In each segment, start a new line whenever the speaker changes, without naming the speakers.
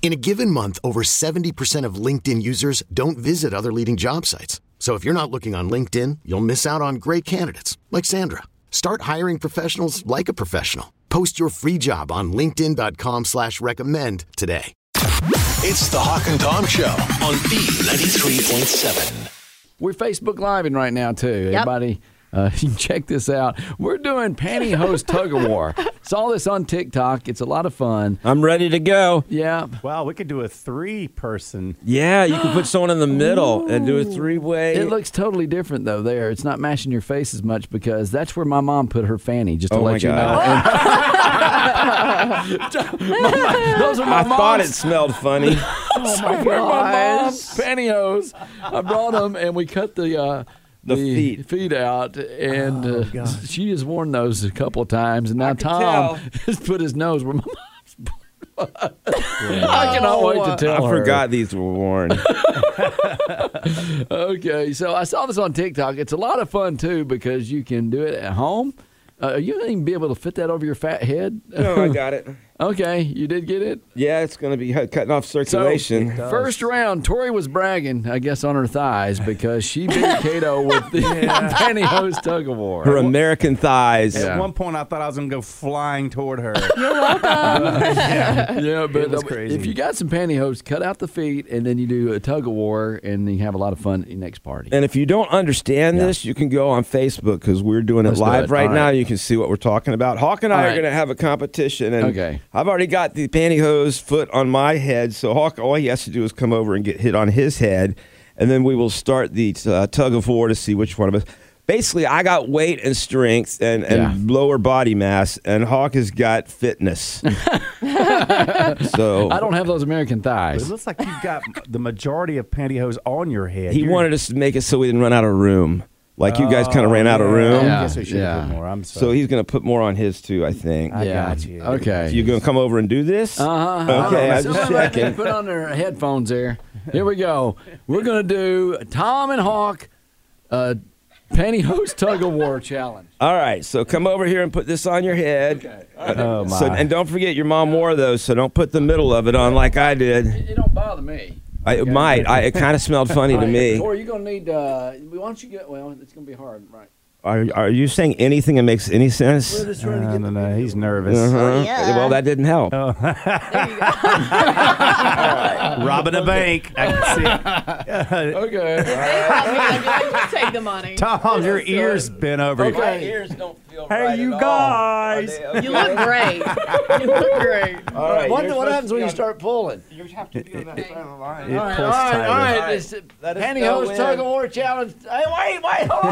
In a given month, over 70% of LinkedIn users don't visit other leading job sites. So if you're not looking on LinkedIn, you'll miss out on great candidates like Sandra. Start hiring professionals like a professional. Post your free job on LinkedIn.com slash recommend today.
It's the Hawk and Tom Show on B93.7.
We're Facebook Living right now, too. Everybody, uh, you can check this out. We're doing pantyhose tug of war. Saw this on TikTok. It's a lot of fun.
I'm ready to go.
Yeah.
Wow, we could do a three person.
Yeah, you can put someone in the middle and do a three
It
way.
looks totally different, though, there. It's not mashing your face as much because that's where my mom put her fanny, just to
Oh, my
let you know. And- Those are my
I thought it
mom's-
smelled funny.
Oh my gosh. Pantyhose. I brought them and we cut the uh,
The feet.
out, and
Oh,
uh, she has worn those a couple of times. And now Tom
tell.
has put his nose where my mom's. I cannot wait to
I
tell her.
forgot these were worn.
Okay, so I saw this on TikTok. It's a lot of fun too because you can do it at home. Uh, you won't even be able to fit that over your fat head.
no, I got it.
okay, you did get it.
Yeah, it's going to be cutting off
So,
circulation.
first round, Tori was bragging, I guess, on her thighs because she beat Kato with the pantyhose tug of war.
her American thighs.
Yeah.
At one point, I thought I was going to go flying toward her.
yeah, but uh,
was crazy.
if you got some pantyhose, cut out the feet, and then you do a tug of war, and then you have a lot of fun at your next party.
And if you don't understand this, you can go on Facebook because we're doing
Let's
it
do
live
it.
right
All
now.
right.
You can see what we're talking about. Hawk and I
All
are
right.
going to have a competition, and
Okay.
I've already got the pantyhose foot on my head. So Hawk, all he has to do is come over and get hit on his head, and then we will start the uh, tug of war to see which one of us. Basically, I got weight and strength and, and lower body mass, and Hawk has got fitness. so Oh.
I don't have those American
it
thighs.
looks like you've got the majority of pantyhose on your head.
he
You're-
wanted us to make it so we didn't run out of room. Like you guys
Oh,
kind of ran out of
Yeah,
room.
I guess we should
Yeah.
have put more. I'm sorry.
So he's going to put more on his too, I think.
I got you.
Okay.
So you going to come over and do this?
Uh-huh.
Okay, I'm just
Someone right there,
checking.
Put on their headphones there. Here we go. We're gonna do Tom and Hawk, uh, pantyhose tug of war challenge.
All right, so come over here and put this on your head.
Oh, my.
So, and don't forget, your mom wore those, so don't put the middle of it on like I did.
It don't bother me.
I, it might. I, it kind of smelled funny to me.
Or you're gonna need. Uh, why don't you get? Well, it's gonna be hard, right?
Are, are you saying anything that makes any sense?
no, no, no. He's nervous.
Uh-huh. Well, that didn't help.
Robbing a bank. I can see it.
Okay.
take the money.
Tom, your ears bent over.
Okay.
ears don't feel
Hey, you guys.
You look great. You look great.
All right,
Wonder what happens when you start pulling.
You have to be on that side of the line.
It
All right, all
pulls
right, all
tighter.
right.
Alright,
It's,
let us go
pantyhose
in.
tug of war challenge. Hey, wait, wait, hold on.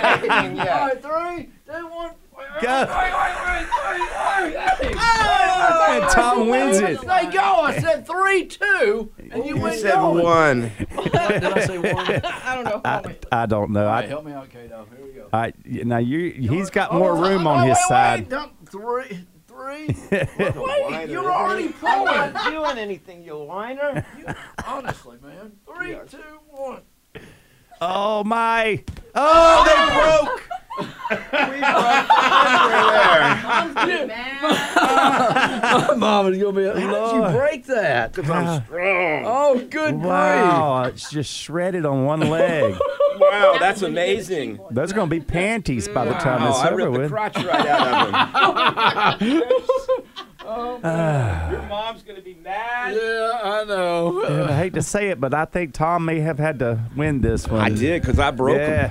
All right, three, two, one. Wait,
Go.
wait, wait, wait, wait, wait.
Oh,
And Tom wins it.
They go. I said three, two, and you,
You
went
said
going.
one.
Did I say one? All
I don't know.
I don't know.
right,
I,
help me out, Kato. Here we go.
I, now you, he's got more room on his side.
Three, three. Wait, you're already pulling.
doing anything, you whiner.
Honestly, man. Three, two, one.
Oh my! Oh, they broke.
My mom is gonna be. How did you break that? Because I'm strong. Oh, good
Wow, it's just shredded on one leg.
Wow, that's amazing.
Those are going to be panties by the time
Wow,
it's
I
over
ripped the
with.
crotch right out of him. Your mom's gonna be mad.
Yeah, I know.
And I hate to say it, but I think Tom may have had to win this one.
I
Mm.
did because I broke him.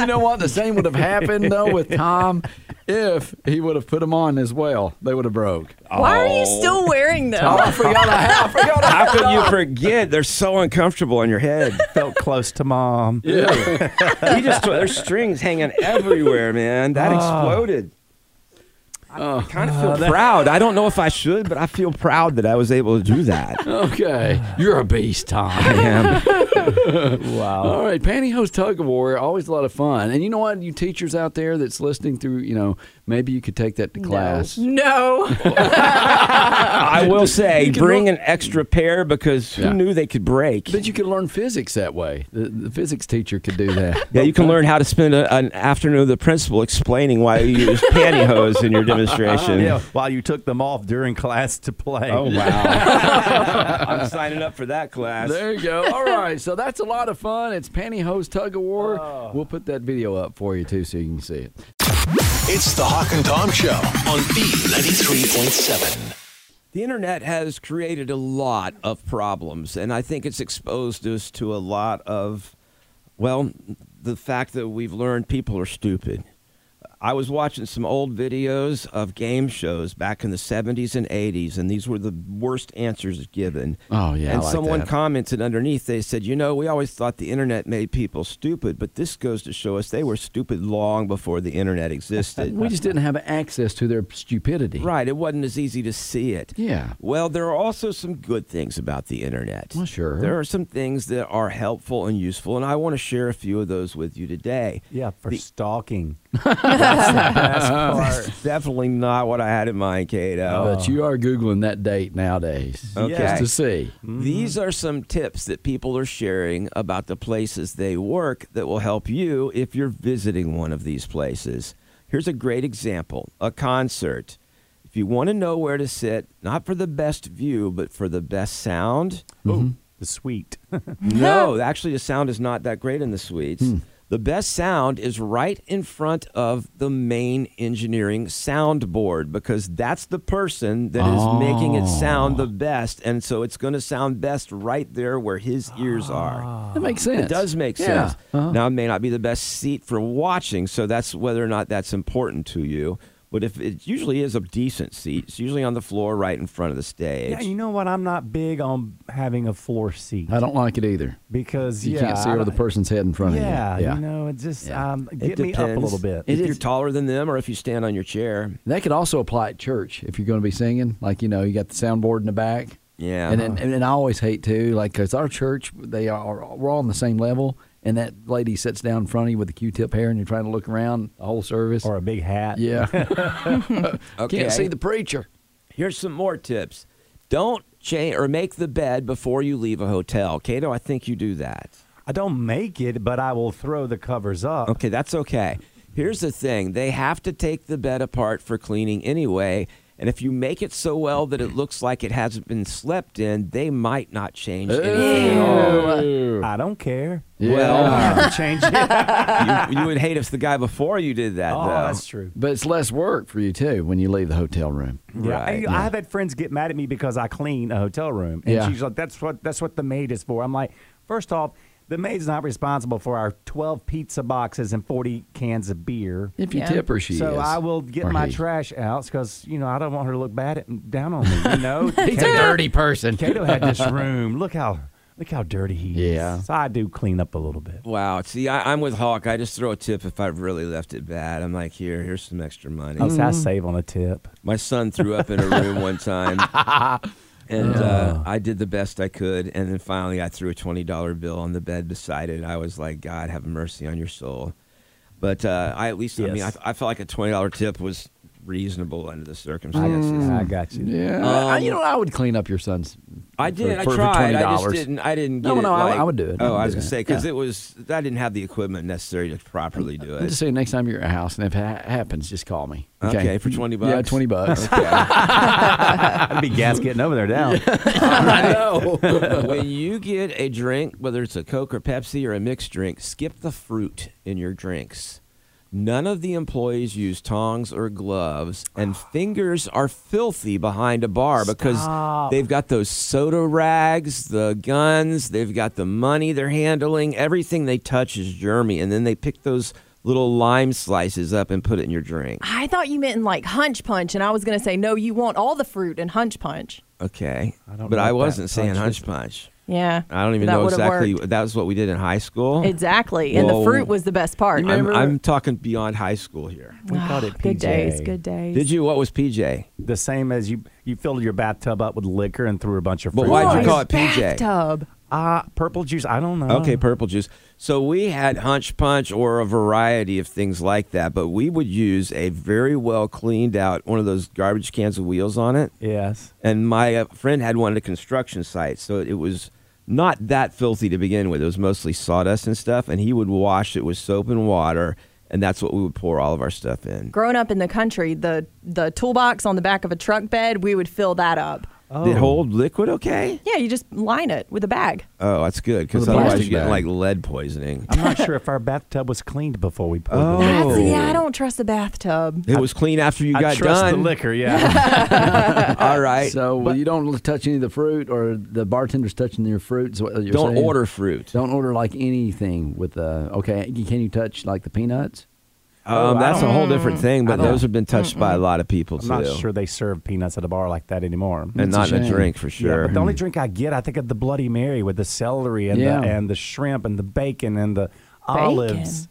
you know what? The same would have happened though with Tom if he would have put them on as well, they would have broke.
Why are
Oh.
you
Oh.
still wearing them?
I forgot I had. I forgot I
How could you forget? They're so uncomfortable on your head.
Felt close to mom.
You just there's strings hanging everywhere, man.
Ah.
That exploded. I kind of feel proud. I don't know if I should, but I feel proud that I was able to do that.
Okay, you're a beast, Tom.
Man.
Wow.
All right, pantyhose tug of war, always a lot of fun. And you know what, you teachers out there that's listening through, you know, maybe you could take that to class.
No.
I will say, bring an extra pair because
Yeah.
who knew they could break?
But you can learn physics that way. The, the physics teacher could do that.
Yeah, you can learn how to spend a, an afternoon with the principal explaining why you use pantyhose in your demonstration.
Yeah, while you took them off during class to play.
Oh, wow. I'm signing up for that class.
There you go. All right, so that's a lot of fun. It's pantyhose tug of war. We'll put that video up for you too, so you can see it.
It's the Hawk and Tom Show on B93.7.
The internet has created a lot of problems, and I think it's exposed us to a lot of, well, the fact that we've learned people are stupid. I was watching some old videos of game shows back in the 70s and 80s, and these were the worst answers given.
Oh, yeah, I
And
like
someone
that.
commented underneath, they said, You know, we always thought the internet made people stupid, but this goes to show us they were stupid long before the internet existed.
We just didn't have access to their stupidity.
Right, it wasn't as easy to see it.
Yeah.
Well, there are also some good things about the internet.
Well, sure.
There are some things that are helpful and useful, and I want to share a few of those with you today.
Yeah, for
The-
stalking.
That's definitely not what I had in mind, Kato.
But you are Googling that date nowadays
Oh. Okay.
just to see.
Mm-hmm. These are some tips that people are sharing about the places they work that will help you if you're visiting one of these places. Here's a great example a concert. If you want to know where to sit, not for the best view, but for the best sound,
Ooh, Mm-hmm. the sweet.
No, actually, the sound is not that great in the suites.
Hmm.
The best sound is right in front of the main engineering soundboard because that's the person that is making it sound
Oh.
the best. And so it's going to sound best right there where his ears
Ah.
are.
That makes sense.
It does make
Yeah.
sense.
Uh-huh.
Now, it may not be the best seat for watching, so that's whether or not that's important to you. But if it usually is a decent seat, it's usually on the floor right in front of the stage.
yeah, you know what? I'm not big on having a floor seat
I don't like it either.
because
You
yeah,
can't see
I
over the
don't-
person's head in front
Yeah,
of you.
you know, it just
Yeah.
um,
It
get me up a
depends
little bit.
It
If you're
is-
taller than them or if you stand on your chair.
That could also apply at church if you're going to be singing. Like, you know, you got the soundboard in the back.
Yeah.
And then, and, then I always hate too, like, because our church, they are, we're all on the same level. And that lady sits down in front of you with a Q-tip hair and you're trying to look around the whole service.
or a big hat.
yeah.
Okay.
Can't see the preacher.
Here's some more tips. Don't change or make the bed before you leave a hotel. Kato, I think you do that.
I don't make it, but I will throw the covers up.
Okay, that's okay. Here's the thing they have to take the bed apart for cleaning anyway. And if you make it so well that it looks like it hasn't been slept in, they might not change anything at all.
I don't care.
Oh.
Well,
Change it. oh,
you, you would hate if the guy before you did that, though.
that's true.
But it's less work for you too when you leave the hotel room.
Yeah, I-
Right,
I, have had friends get mad at me because I clean a hotel room, and
Yeah.
she's like, "That's what that's what the maid is for." I'm like, first off, the maid's not responsible for our 12 pizza boxes and 40 cans of beer.
If you
Yeah.
tip her, she
so
is.
I will get
Or
my
he.
trash out because you know I don't want her to look bad at, down on me. You know,
He's a dirty person.
Cato had this room. Look how look how dirty he is.
Yeah.
So I do clean up a little bit.
Wow. See, I, I'm with Hawk. I just throw a tip if I've really left it bad. I'm like, here, here's some extra money.
I, I save on a tip.
My son threw up in a room one time, and uh, I did the best I could. And then finally, I threw a twenty dollar bill on the bed beside it. I was like, "God, have mercy on your soul." But uh, I at least, I mean,
Yes.
I, I felt like a twenty dollar tip was reasonable under the circumstances.
Mm.
I got you.
Yeah. I- you know, I would clean up your son's.
Um, I did.
for-
I
for
tried. I just
$20.
didn't. I didn't. Get
No, no,
it,
I-
like-
I would do it. I
Oh,
would
I was
do
gonna
that.
say because
Yeah.
it was. I didn't have the equipment necessary to properly do
I'm just
it.
saying, next time you're at a house and if it ha- happens, just call me.
Okay, for 20
Yeah,
bucks?
20 bucks.
I'd be gas getting over there now.
I know. when you get a drink, whether it's a Coke or Pepsi or a mixed drink, skip the fruit in your drinks. None of the employees use tongs or gloves, and fingers are filthy behind a bar because they've got those soda rags, the guns, they've got the money they're handling. Everything they touch is germy, and then they pick those little lime slices up and put it in your drink.
I thought you meant in like hunch punch, and I was going to say, no, you want all the fruit in hunch punch.
Okay.
I don't
but
know
I
what that
wasn't saying
punch
hunch punch.
Yeah.
I don't even
That
know
would've
exactly.
worked.
That was what we did in high school.
Exactly. And the
Well,
fruit was the best part.
I'm, I'm talking beyond high school here.
We called it PJ.
Good days. Good days.
Did you? What was PJ?
The same as you you filled your bathtub up with liquor and threw a bunch of
But
fruit.
why'd you
in
Boy,
call it PJ?
Bathtub.
Ah, purple juice. I don't know.
Oh.
Okay, purple juice. So we had hunch punch or a variety of things like that, but we would use a very well cleaned out one of those garbage cans with wheels on it.
Yes.
And my uh, friend had one at a construction site, so it was not that filthy to begin with. It was mostly sawdust and stuff, and he would wash it with soap and water, and that's what we would pour all of our stuff in.
Growing up in the country, the the toolbox on the back of a truck bed, we would fill that up.
Did it hold liquid okay?
Yeah, you just line it with a bag.
Oh, that's good because
With a
otherwise
plastic
you get
bag.
like lead poisoning.
I'm not sure if our bathtub was cleaned before we poured the liquor.
That's,
Oh.
yeah, I don't trust the bathtub.
It was clean after you
I
got
trust
done.
the liquor, yeah.
All right,
So well, you don't touch any of the fruit, or the bartender's touching your fruit. Is what you're
don't
saying?
order fruit.
Don't order like anything with the. Okay, can you touch like the peanuts?
Um,
I
that's a
don't-
whole different thing, but
don't-
those have been touched by a lot of people
I'm
too,
not sure they serve peanuts at a bar like that anymore.
and
It's a
not in a
shame.
drink for sure.
Yeah, but the only drink I get, I think of the Bloody Mary with the celery and
Yeah.
the and the shrimp and the bacon and the olives.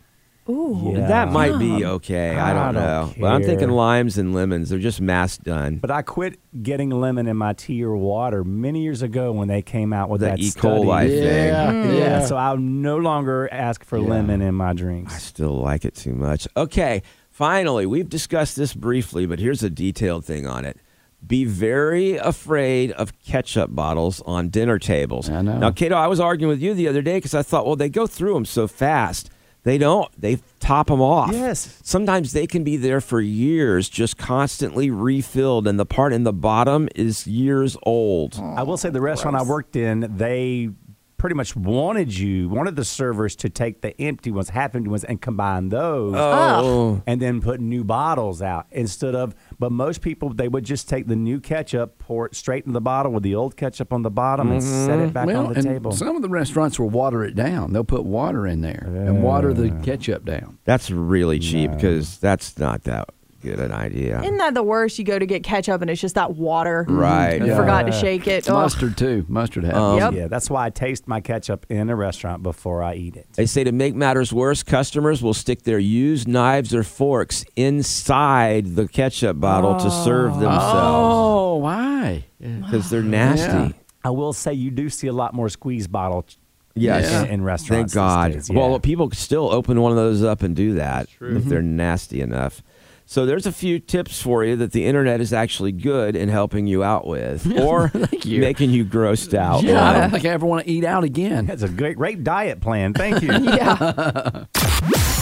Ooh.
Yeah.
that might be okay. I don't,
I
know,
don't
but I'm thinking
care.
limes and lemons. They're just mass done.
But I quit getting lemon in my tea or water many years ago when they came out with
The
that
E.
study.
coli thing.
Yeah. so I'll no longer ask for lemon in my drinks.
I still like it too much. Okay, finally, we've discussed this briefly, but here's a detailed thing on it. Be very afraid of ketchup bottles on dinner tables.
I know.
Now, Cato, I was arguing with you the other day because I thought, well, they go through them so fast. They don't. They top them off.
Yes.
Sometimes they can be there for years, just constantly refilled, and the part in the bottom is years old.
Oh.
I will say the restaurant I worked in, they pretty much wanted you, wanted the servers to take the empty ones, half empty ones, and combine those.
Oh.
And then put new bottles out instead of, but most people, they would just take the new ketchup, pour it straight in the bottle with the old ketchup on the bottom, and set it back
well,
on the
and
table.
some of the restaurants will water it down. They'll put water in there and water the ketchup down.
That's really cheap because that's not that good an idea.
Isn't that the worst? You go to get ketchup and it's just that water.
Mm. Right.
You
Yeah.
forgot to shake it. oh.
It's
Ugh.
mustard too. Mustard happens.
Um,
Yep.
Yeah, that's why I taste my ketchup in a restaurant before I eat it.
They say to make matters worse, customers will stick their used knives or forks inside the ketchup bottle to serve themselves
Oh, why?
because they're nasty.
I will say you do see a lot more squeeze bottle
Yes.
in, in
Thank
restaurants. these
God.
days, yeah.
Well, people still open one of those up and do that if they're nasty enough. So there's a few tips for you that the internet is actually good in helping you out with, or
you.
making you grossed out.
Yeah, Oh, I
on.
don't think I ever want to eat out again.
that's a great, great diet plan. Thank you.
Yeah.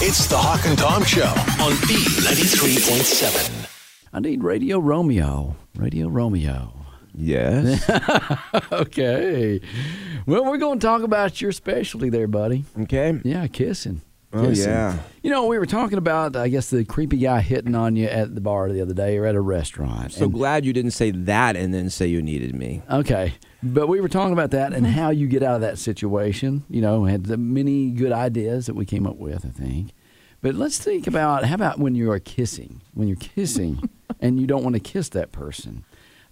It's the Hawk and Tom Show on B93.7.
I need Radio Romeo. Radio Romeo.
Yes.
Okay. Well, we're going to talk about your specialty there, buddy.
okay.
Yeah, kissing.
Oh,
Kissing.
yeah.
You know, we were talking about, I guess, the creepy guy hitting on you at the bar the other day or at a restaurant.
So
And-
glad you didn't say that and then say you needed me.
Okay. But we were talking about that and how you get out of that situation. You know, had the many good ideas that we came up with, I think. But let's think about how about when you are kissing? When you're kissing and you don't want to kiss that person.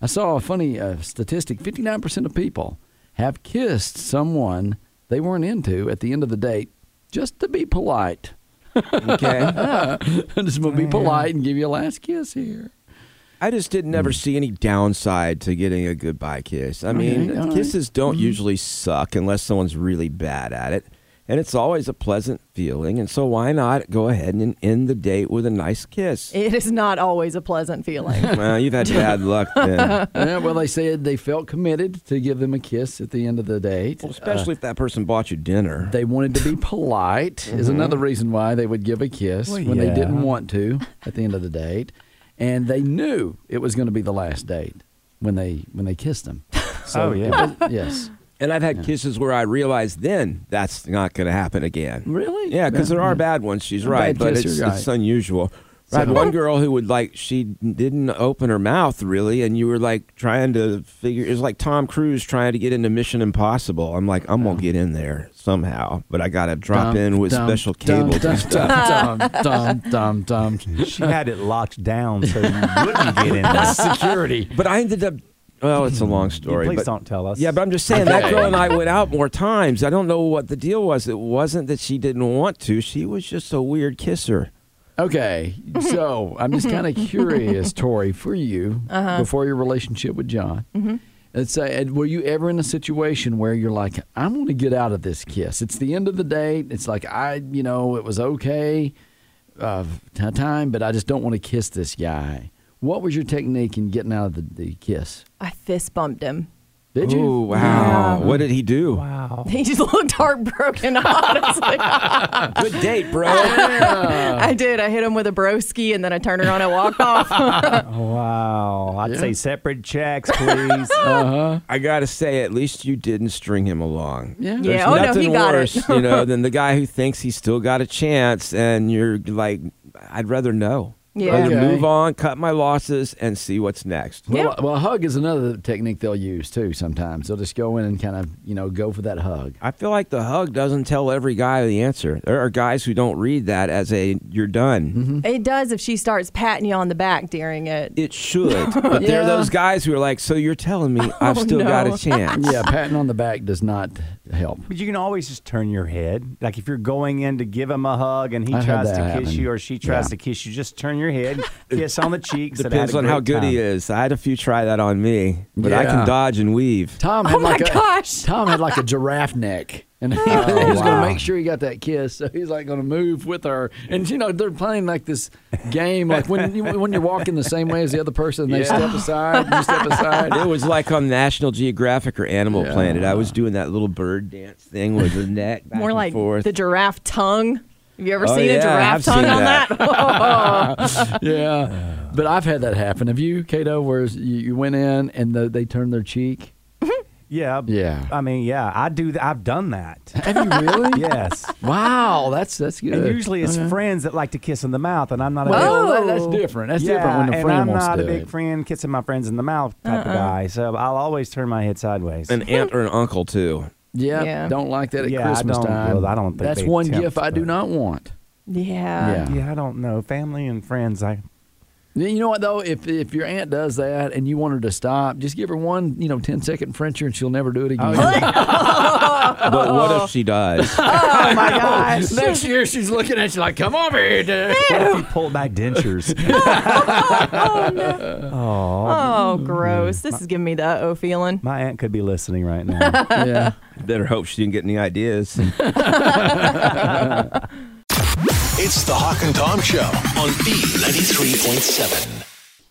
I saw a funny uh, statistic 59% of people have kissed someone they weren't into at the end of the date just to be polite.
Okay.
I'm just going to be polite and give you a last kiss here.
I just didn't
Mm.
ever see any downside to getting a goodbye kiss. I mean,
all right. Mm-hmm.
kisses don't usually suck unless someone's really bad at it. And it's always a pleasant feeling. And so why not go ahead and end the date with a nice kiss?
it is not always a pleasant feeling.
well, you've had bad luck then.
yeah, well, they said they felt committed to give them a kiss at the end of the date.
Well, especially if that person bought you dinner.
They wanted to be polite is
Mm-hmm.
another reason why they would give a kiss
Well,
when they
yeah.
didn't want to at the end of the date, and they knew it was going to be the last date when they when they kissed them.
oh yeah.
yes,
And I've had kisses where I realized then that's not going to happen again.
Really?
Yeah, because
Yeah.
there are bad ones. She's
A
right,
bad
but
kiss,
it's,
you're
it's
right.
unusual. I had one girl who would like she didn't open her mouth really, and you were like trying to figure. It was like Tom Cruise trying to get into Mission Impossible. I'm like, I'm gonna get in there somehow, but I gotta drop
Dum,
in with
dum,
special
dum,
cable.
dum,
and stuff.
dum, dum, dum, dum, dum.
She had it locked down so you wouldn't get in there.
Security.
But I ended up. Well, it's a long story.
Please
but-
don't tell us.
Yeah, but I'm just saying that
Okay.
girl and I went out more times. I don't know what the deal was. It wasn't that she didn't want to. She was just a weird kisser.
Okay, so I'm just kind of curious, Tori, for you before your relationship with John. Let's say, and were you ever in a situation where you're like, I'm going to get out of this kiss? It's the end of the date. It's like I, you know, it was okay, uh, t- time, but I just don't want to kiss this guy. What was your technique in getting out of the, the kiss?
I fist bumped him.
Did you?
Oh wow! What did he do?
He just looked heartbroken, honestly.
Good date, bro.
I did. I hit him with a broski and then I turned around and walked off.
Oh, Wow. I'd say separate checks, please.
I gotta say, at least you didn't string him along.
Yeah.
Yeah,
There's
oh, no,
nothing
he got it.
worse, you know, than the guy who thinks he's still got a chance, and you're like, I'd rather know.
Yeah.
Rather
Okay.
move on, cut my losses, and see what's next.
Well, well, a hug is another technique they'll use too. Sometimes they'll just go in and kind of, you know, go for that hug.
I feel like the hug doesn't tell every guy the answer. There are guys who don't read that as a "you're done."
it does if she starts patting you on the back during it.
It should, but there
Yeah.
are those guys who are like, "So you're telling me I've still got
Oh, no.
a chance?"
Yeah, patting on the back does not help.
But you can always just turn your head. Like if you're going in to give him a hug and he
I've had
tries to
that
kiss
happen.
you or she tries
Yeah.
to kiss you, just turn your head, kiss on the cheeks. and
Depends
had
on
a
how
great
good he
time.
is. I had a few try that on me, but I
Yeah.
can dodge and weave.
Tom had
Oh my
like a,
gosh.
Tom had like a giraffe neck. And
Oh,
he was going to make sure he got that kiss, so he's like going to move with her. And you know they're playing like this game, like when you when you're walking the same way as the other person, and they step aside, you step aside.
It was like on National Geographic or Animal Planet. I was doing that little bird dance thing with the neck back
More
and
like
forth.
the giraffe tongue. Have you ever
Oh,
seen
yeah,
a giraffe
I've
tongue
seen
on
that.
that?
yeah, but I've had that happen. Have you, Cato? Where you, you went in and the, they turned their cheek?
Yeah.
Yeah.
I mean, yeah, I do. Th- I've done that.
Have you really?
yes.
Wow, that's that's good. Uh-huh.
And usually it's
Okay.
friends that like to kiss in the mouth, and I'm not a big-
Oh, that- that's different. That's different when a
and
friend
I'm
wants
not
to
a
do
big
it. Uh-uh.
friend kissing my friends in the mouth type of guy, so I'll always turn my head sideways.
an aunt or an uncle too.
Yeah,
Yeah.
don't like that at
Yeah, I
Christmas
don't-
time.
well, I don't think
that's
they
one
tempt,
gift I do
but-
not want.
Yeah.
Yeah.
yeah, I don't know. Family and friends, I
You know what though? If if your aunt does that and you want her to stop, just give her one, you know, 10 second Frencher and she'll never do it
Oh,
again.
But what if she does?
Oh my gosh.
Next year she's looking at you like, "Come over here, dude."
What if you pull back dentures?
Oh, gross. This is giving me the uh oh feeling.
My aunt could be listening right now.
yeah.
Better hope she didn't get any ideas.
It's the Hawk and Tom Show on B93.7.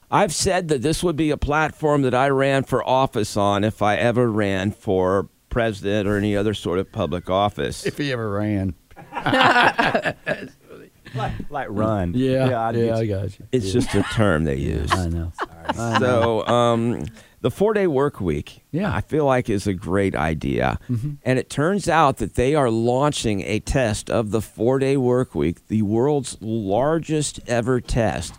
I've said that this would be a platform that I ran for office on if I ever ran for president or any other sort of public office.
If he ever ran.
like run.
Yeah.
yeah,
Yeah,
I
I,
did.
got you.
It's just a term they use.
I know.
So, um, the four day work week,
Yeah. Mm-hmm.
I feel like is a great idea. And it turns out that they are launching a test of the four day work week, the world's largest ever test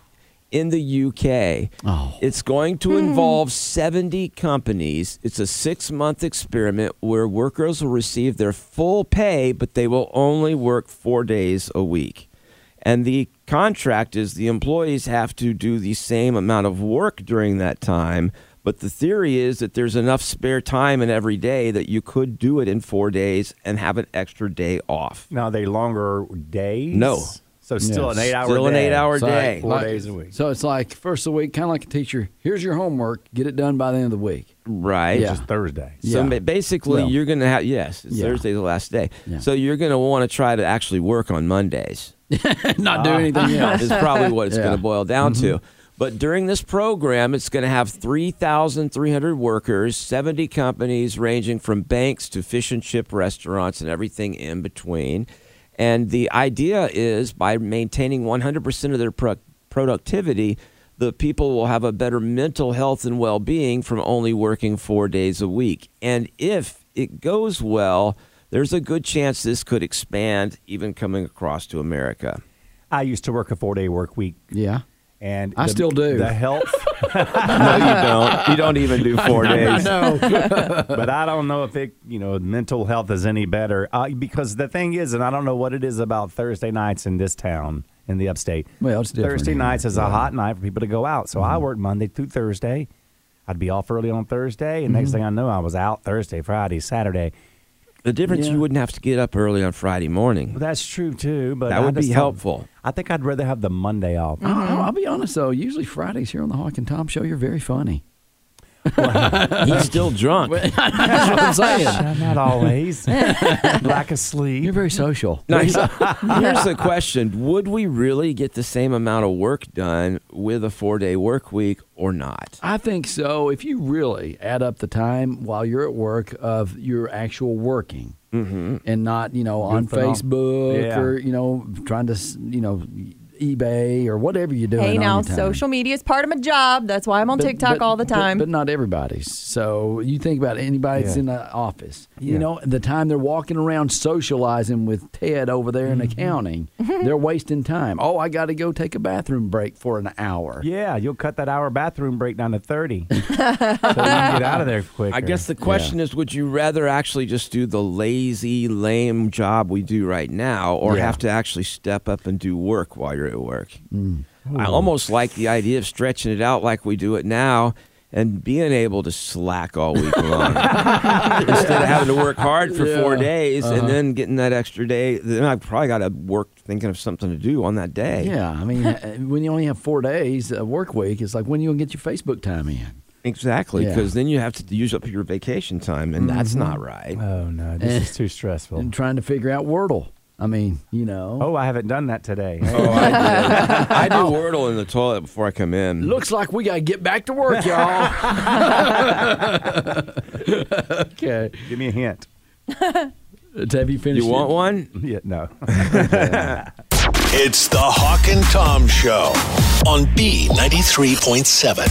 in the UK.
Oh.
It's going to involve 70 companies. It's a six month experiment where workers will receive their full pay, but they will only work four days a week. And the contract is the employees have to do the same amount of work during that time. But the theory is that there's enough spare time in every day that you could do it in four days and have an extra day off.
Now are they longer days.
No.
so still an
Yeah.
eight hour.
Still an
day.
eight-hour
It's like-
day.
Four days a week.
So it's like first of the week, kind of like a teacher, here's your homework, get it done by the end of the week.
Right.
Yeah.
It's Thursday.
So
Yeah.
ma- basically,
Well-
you're going to have, yes, it's
Yeah.
Thursday, the last day.
Yeah.
So you're going to want to try to actually work on Mondays,
Not do anything else.
is probably what it's
Yeah. Mm-hmm.
going to boil down to. But during this program, it's going to have 3,300 workers, 70 companies ranging from banks to fish and chip restaurants and everything in between. And the idea is by maintaining 100% of their pro- productivity, the people will have a better mental health and well being from only working four days a week. And if it goes well, there's a good chance this could expand, even coming across to America.
I used to work a four day work week,
Yeah.
and
I
the-
still do.
the health.
No, you don't. You don't even do four days.
but I don't know if it, you know, mental health is any better uh, because the thing is, and I don't know what it is about Thursday nights in this town in the upstate.
Well, it's different
Thursday
here. Mm-hmm.
nights is a hot night for people to go out. So I worked Monday through Thursday. I'd be off early on Thursday, and
Mm-hmm.
next thing I know, I was out Thursday, Friday, Saturday.
The difference
Yeah.
you wouldn't have to get up early on Friday morning.
Well, that's true too. But
That
I
would be
just don't-
helpful.
I think I'd rather have the Monday off.
I'll- I'll, I'll be honest though. Usually Fridays here on the Hawk and Tom Show, you're very funny.
He's still drunk.
That's what I'm saying.
Not always. Lack of sleep.
You're very social.
Nice. Here's the question: Would we really get the same amount of work done with a four-day work week or not?
I think so. If you really add up the time while you're at work of your actual working and not, you know, on
for all.
Facebook
Mm-hmm. Yeah.
or, you know, trying to, s- you know, eBay or whatever you're doing.
Hey,
on
now
your time.
social media is part of my job. That's why I'm on
But-
TikTok
but-
all the
but-
time.
But, not everybody's. So you think about anybody that's
Yeah.
in the office.
Yeah.
You know, the time they're walking around socializing with Ted over there
Mm-hmm.
in accounting, they're wasting time. Oh, I got to go take a bathroom break for an hour.
Yeah, you'll cut that hour bathroom break down to thirty, so you can get out of there quick.
I guess the question is: Would you rather actually just do the lazy, lame job we do right now, or
Yeah.
have to actually step up and do work while you're at work?
Mm.
I almost like the idea of stretching it out like we do it now. And being able to slack all week long instead of having to work hard for four
Yeah. Uh-huh.
days and then getting that extra day, then I probably got to work thinking of something to do on that day.
Yeah, I mean, uh, when you only have four days a work week, it's like when you gonna get your Facebook time in?
Exactly,
Yeah. Mm-hmm.
because then you have to use up your vacation time, and that's not right.
Oh no, this is too stressful.
And trying to figure out Wordle. I mean, you know,
Oh, I haven't done that today.
Oh, I do. I do Wordle in the toilet before I come in.
looks like we gotta get back to work, y'all. okay,
Give me a hint.
have you finished?
you want
it?
one?
Yeah, no.
It's the Hawk and Tom Show on B93.7.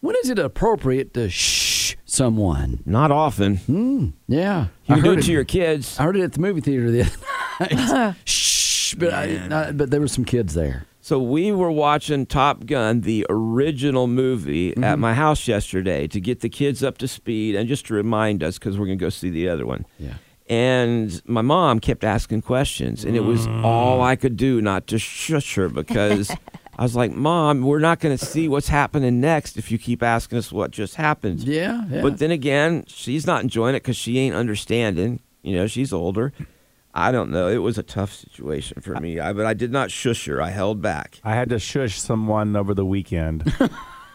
When is it appropriate to shh someone?
Not often. You
Yeah,
can do
Mm, heard
it to your kids.
I heard it at the movie theater the other night. shh, but I, I, but there were some kids there.
So we were watching Top Gun, the original movie,
Mm-hmm.
at my house yesterday to get the kids up to speed and just to remind us because we're going to go see the other one.
Yeah.
And my mom kept asking questions, and it was
Mm.
all I could do not to shush her because I was like, Mom, we're not going to see what's happening next if you keep asking us what just happened.
Yeah, yeah.
But then again, she's not enjoying it because she ain't understanding. You know, she's older. I don't know. It was a tough situation for me, I, but I did not shush her. I held back.
I had to shush someone over the weekend.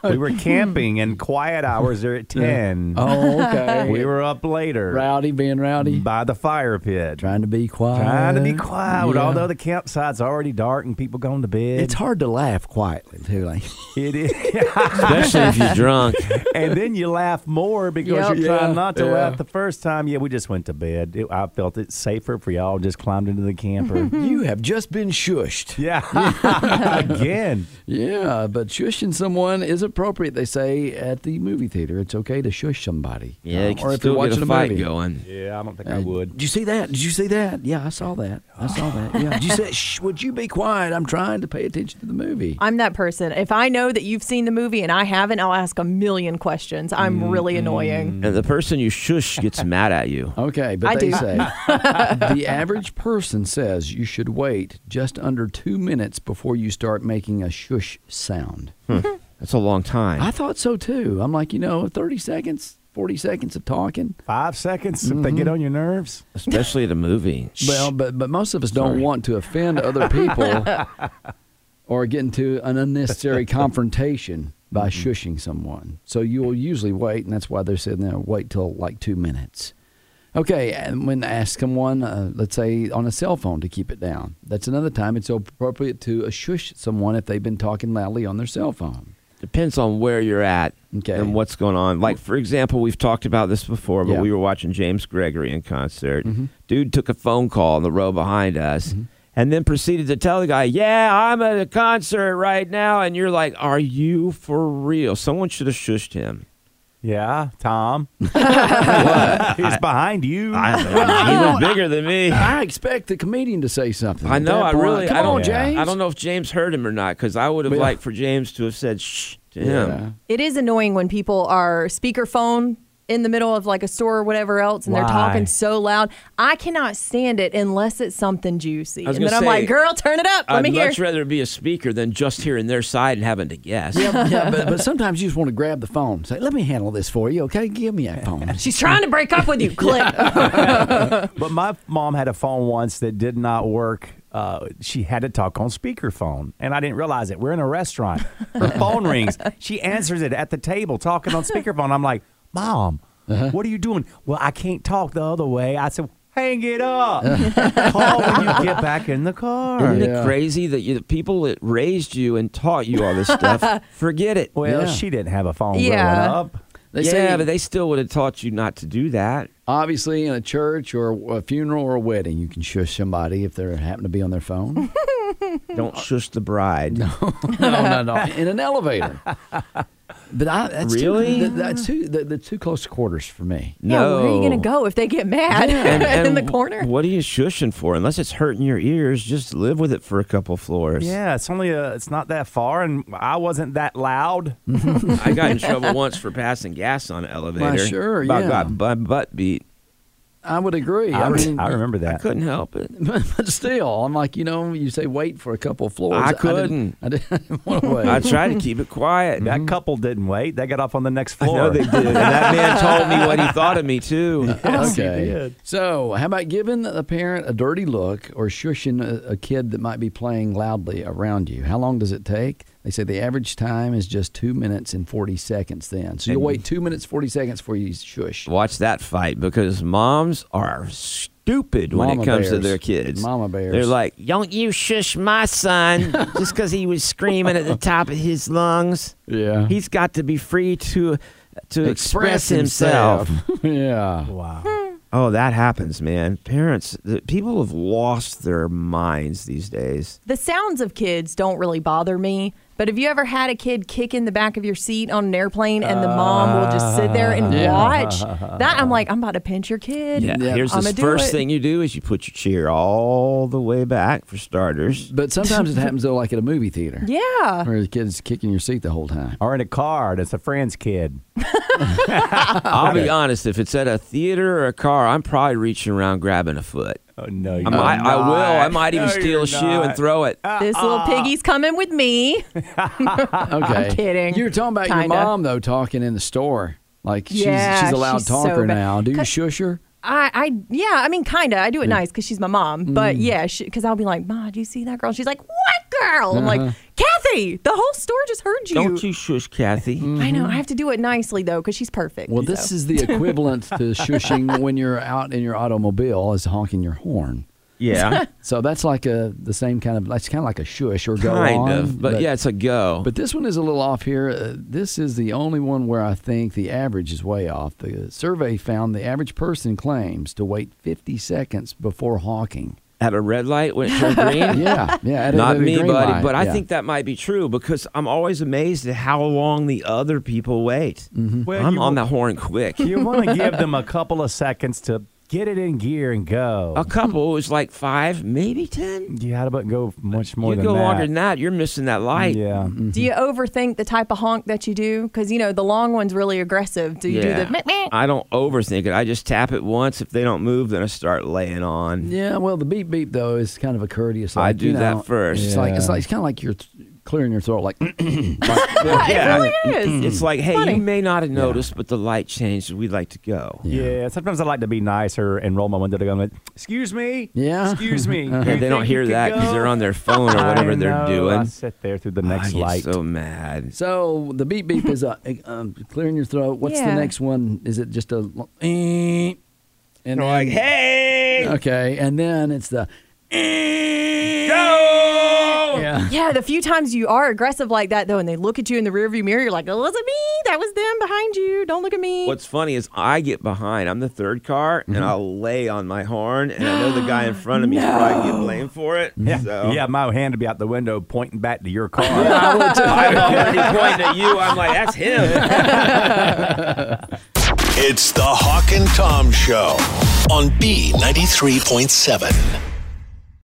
we were camping and quiet hours are at 10.
oh, okay.
We were up later
rowdy, being rowdy,
by the fire pit.
trying to be quiet,
Trying to be quiet,
Yeah.
although the campsite's already dark and people going to bed.
It's hard to laugh quietly too. Like,
It is.
Especially if you're drunk.
and then you laugh more because
Yep.
you're
Yeah,
trying not to
yeah.
laugh the first time. Yeah, we just went to bed. It- I felt it safer for y'all. Just climbed into the camper.
you have just been shushed.
yeah, again.
Yeah, but shushing someone is appropriate. They say at the movie theater, it's okay to shush somebody.
Yeah, you
Um,
can still get a fight going.
Yeah, I don't think
Uh,
I would.
Did you see that? Did you see that? Yeah, I saw that. I saw that. Yeah. Did you say? Shh, would you be quiet? I'm trying to pay attention to the movie.
I'm that person. If I know that you've seen the movie and I haven't, I'll ask a million questions. I'm really annoying.
And the person you shush gets mad at you.
Okay, but
I
they
do.
say the average person says you should wait just under two minutes before you start making a shush sound.
That's a long time.
I thought so too. I'm like, you know, 30 seconds, 40 seconds of talking.
Five seconds if they get on your nerves.
Especially at a movie.
Well, but but most of us don't want to offend other people or get into an unnecessary confrontation by
Mm-hmm.
shushing someone. So you will usually wait, and that's why they're sitting there wait till like two minutes. Okay, and when ask someone, uh, let's say on a cell phone, to keep it down. That's another time it's appropriate to uh, shush someone if they've been talking loudly on their cell phone.
Depends on where you're at
Okay.
and what's going on. Like, for example, we've talked about this before, but
Yeah. Mm-hmm.
we were watching James Gregory in concert. Dude took a phone call in the row behind us and then proceeded to tell the guy, Yeah, I'm at a concert right now. And you're like, Are you for real? Someone should have shushed him.
Yeah, Tom. He's behind you.
I, he was bigger than me.
I expect the comedian to say something.
I
at
know.
that
I
point.
really.
Come
I don't,
on, James.
I don't know if James heard him or not because I would have
Yeah.
liked for James to have said shh to
Yeah.
him.
It is annoying when people are speakerphone in the middle of like a store or whatever else and
Why?
they're talking so loud. I cannot stand it unless it's something juicy.
I was
And then
gonna
I'm
say,
like, girl, turn it up. Let
I'd
me hear.
much rather be a speaker than just hearing their side and having to guess.
yeah, but, but sometimes you just want to grab the phone. Say, let me handle this for you, okay? Give me that phone.
She's trying to break up with you. Click.
But my mom had a phone once that did not work. Uh, she had to talk on speakerphone, and I didn't realize it. We're in a restaurant. Her phone rings. She answers it at the table, talking on speakerphone. I'm like, Mom,
Uh-huh.
what are you doing? Well, I can't talk the other way. I said, Hang it up. Call when you get back in the car.
Isn't
Yeah.
it crazy that you, the people that raised you and taught you all this stuff forget it?
Well,
Yeah.
she didn't have a phone
Yeah.
growing up.
They
yeah,
say
but they still would have taught you not to do that.
obviously in a church or a funeral or a wedding, you can shush somebody if they happen to be on their phone.
Don't shush the bride.
no, no, no. In an elevator. But I, that's
Really?
too, that, that's too that, that's too close to quarters for me.
Yeah, where are you going to
No.
go if they get mad in the
wh-
corner?
What are you shushing for? Unless it's hurting your ears, just live with it for a couple floors.
Yeah, it's only a, it's not that far, and I wasn't that loud.
I got in trouble once for passing gas on an elevator.
Why, sure,
About
yeah.
got my butt beat.
I would agree.
I,
I, mean,
I remember
I
that.
couldn't help it.
but still, I'm like, you know, you say wait for a couple of floors.
I
didn't-
couldn't.
I didn't, I didn't want to wait.
I tried to keep it quiet.
That couple didn't wait. They got off on the next
Mm-hmm. I
floor.
know they did. And that man told me what he thought of me too.
okay. So, how about giving a parent a dirty look or shushing a, a kid that might be playing loudly around you? How long does it take? They say the average time is just two minutes and 40 seconds then. So, you'll wait two minutes, 40 seconds before you shush.
Watch that fight because moms are stupid when
Mama
it comes to
bears.
their kids.
Mama bears.
They're like, "Don't you shush my son just because he was screaming at the top of his lungs.
Yeah.
He's got to be free to to express, himself."
yeah.
Wow.
Oh, that happens, man. Parents, the, people have lost their minds these days.
the sounds of kids don't really bother me. But have you ever had a kid kick in the back of your seat on an airplane and the mom will just sit there and
Yeah.
watch? That I'm like, I'm about to pinch your kid.
Yeah,
Yeah.
here's
I'ma
the
do
first
it.
thing you do is you put your chair all the way back for starters.
But sometimes it happens, though, like at a movie theater
Yeah.
where the kid's kicking your seat the whole time.
Or in a car. That's a friend's kid.
I'll be honest, if it's at a theater or a car, I'm probably reaching around grabbing a foot.
Oh, no,
I, might, I will. I might even steal a shoe and throw it.
This little piggy's coming with me.
Okay.
kidding.
You were talking about your
Kinda.
mom, though, talking in the store. Like, she's,
Yeah,
she's a loud
she's so
talker
bad.
now. Do you
'Cause-
shush her?
I, I, yeah, I mean, kind of. I do it nice because she's my mom. But yeah, because I'll be like, Ma, do you see that girl? She's like, What girl? I'm like, Kathy, the whole store just heard you. Mm,
Don't you shush, Kathy.
I know. I have to do it nicely, though, because she's perfect.
Well, this
so.
is the equivalent to shushing when you're out in your automobile is honking your horn.
Yeah,
So that's like a the same kind of that's kind of like a shush or go
kind
on,
of. But, yeah, it's a go.
But this one is a little off here. Uh, this is the only one where I think the average is way off. The survey found the average person claims to wait 50 seconds before honking.
at a red light when it turned green.
Yeah, yeah. at a- at
Not
a
me,
green
buddy.
light,
But I
yeah.
think that might be true because I'm always amazed at how long the other people wait.
Well,
I'm
you
on
wa-
the horn quick.
You want to give them a couple of seconds to get it in gear and go.
A couple is like five, maybe ten.
Yeah, I wouldn't go much more
you
than
go
that.
longer than that, you're missing that Mm-hmm. light.
Yeah.
Do you overthink the type of honk that you do? Because you know the long one's really aggressive. Do you do
Yeah.
the meh, meh?
I don't overthink it. I just tap it once. If they don't move, then I start laying on.
Yeah, well, the beep beep though is kind of a courteous.
I
Like,
do
you know,
that first.
It's like it's like it's kind of like you're th- clearing your throat, like
Yeah.
Oh,
It really is.
It's like, hey, you may not have noticed, but the light changed. We'd like to go.
yeah. Sometimes I like to be nicer and roll my window to go. Like, Excuse me.
Yeah.
Excuse me.
Yeah,
You
they don't
think
hear
you can
that because
go?
they're on their phone or
I
whatever they're
know. I
doing.
sit there through the
I
next
get
light.
so mad.
So the beep beep is uh, um, clearing your throat. What's the
Yeah.
next one? Is it just a l- eh, and
They're like, hey,
okay, and then it's the
go!
yeah, Yeah.
Yeah, the few times you are aggressive like that though, and they look at you in the rearview mirror, you're like, "That wasn't me. That was them behind you. Don't look at me."
What's funny is I get behind. I'm the third car, and I'll lay on my horn, and I know the guy in front of me is probably gonna get blamed for it.
Yeah,
so.
yeah, my hand would be out the window pointing back to your car.
I'm already pointing at you. I'm like, that's him.
It's the Hawk and Tom Show on B93.7.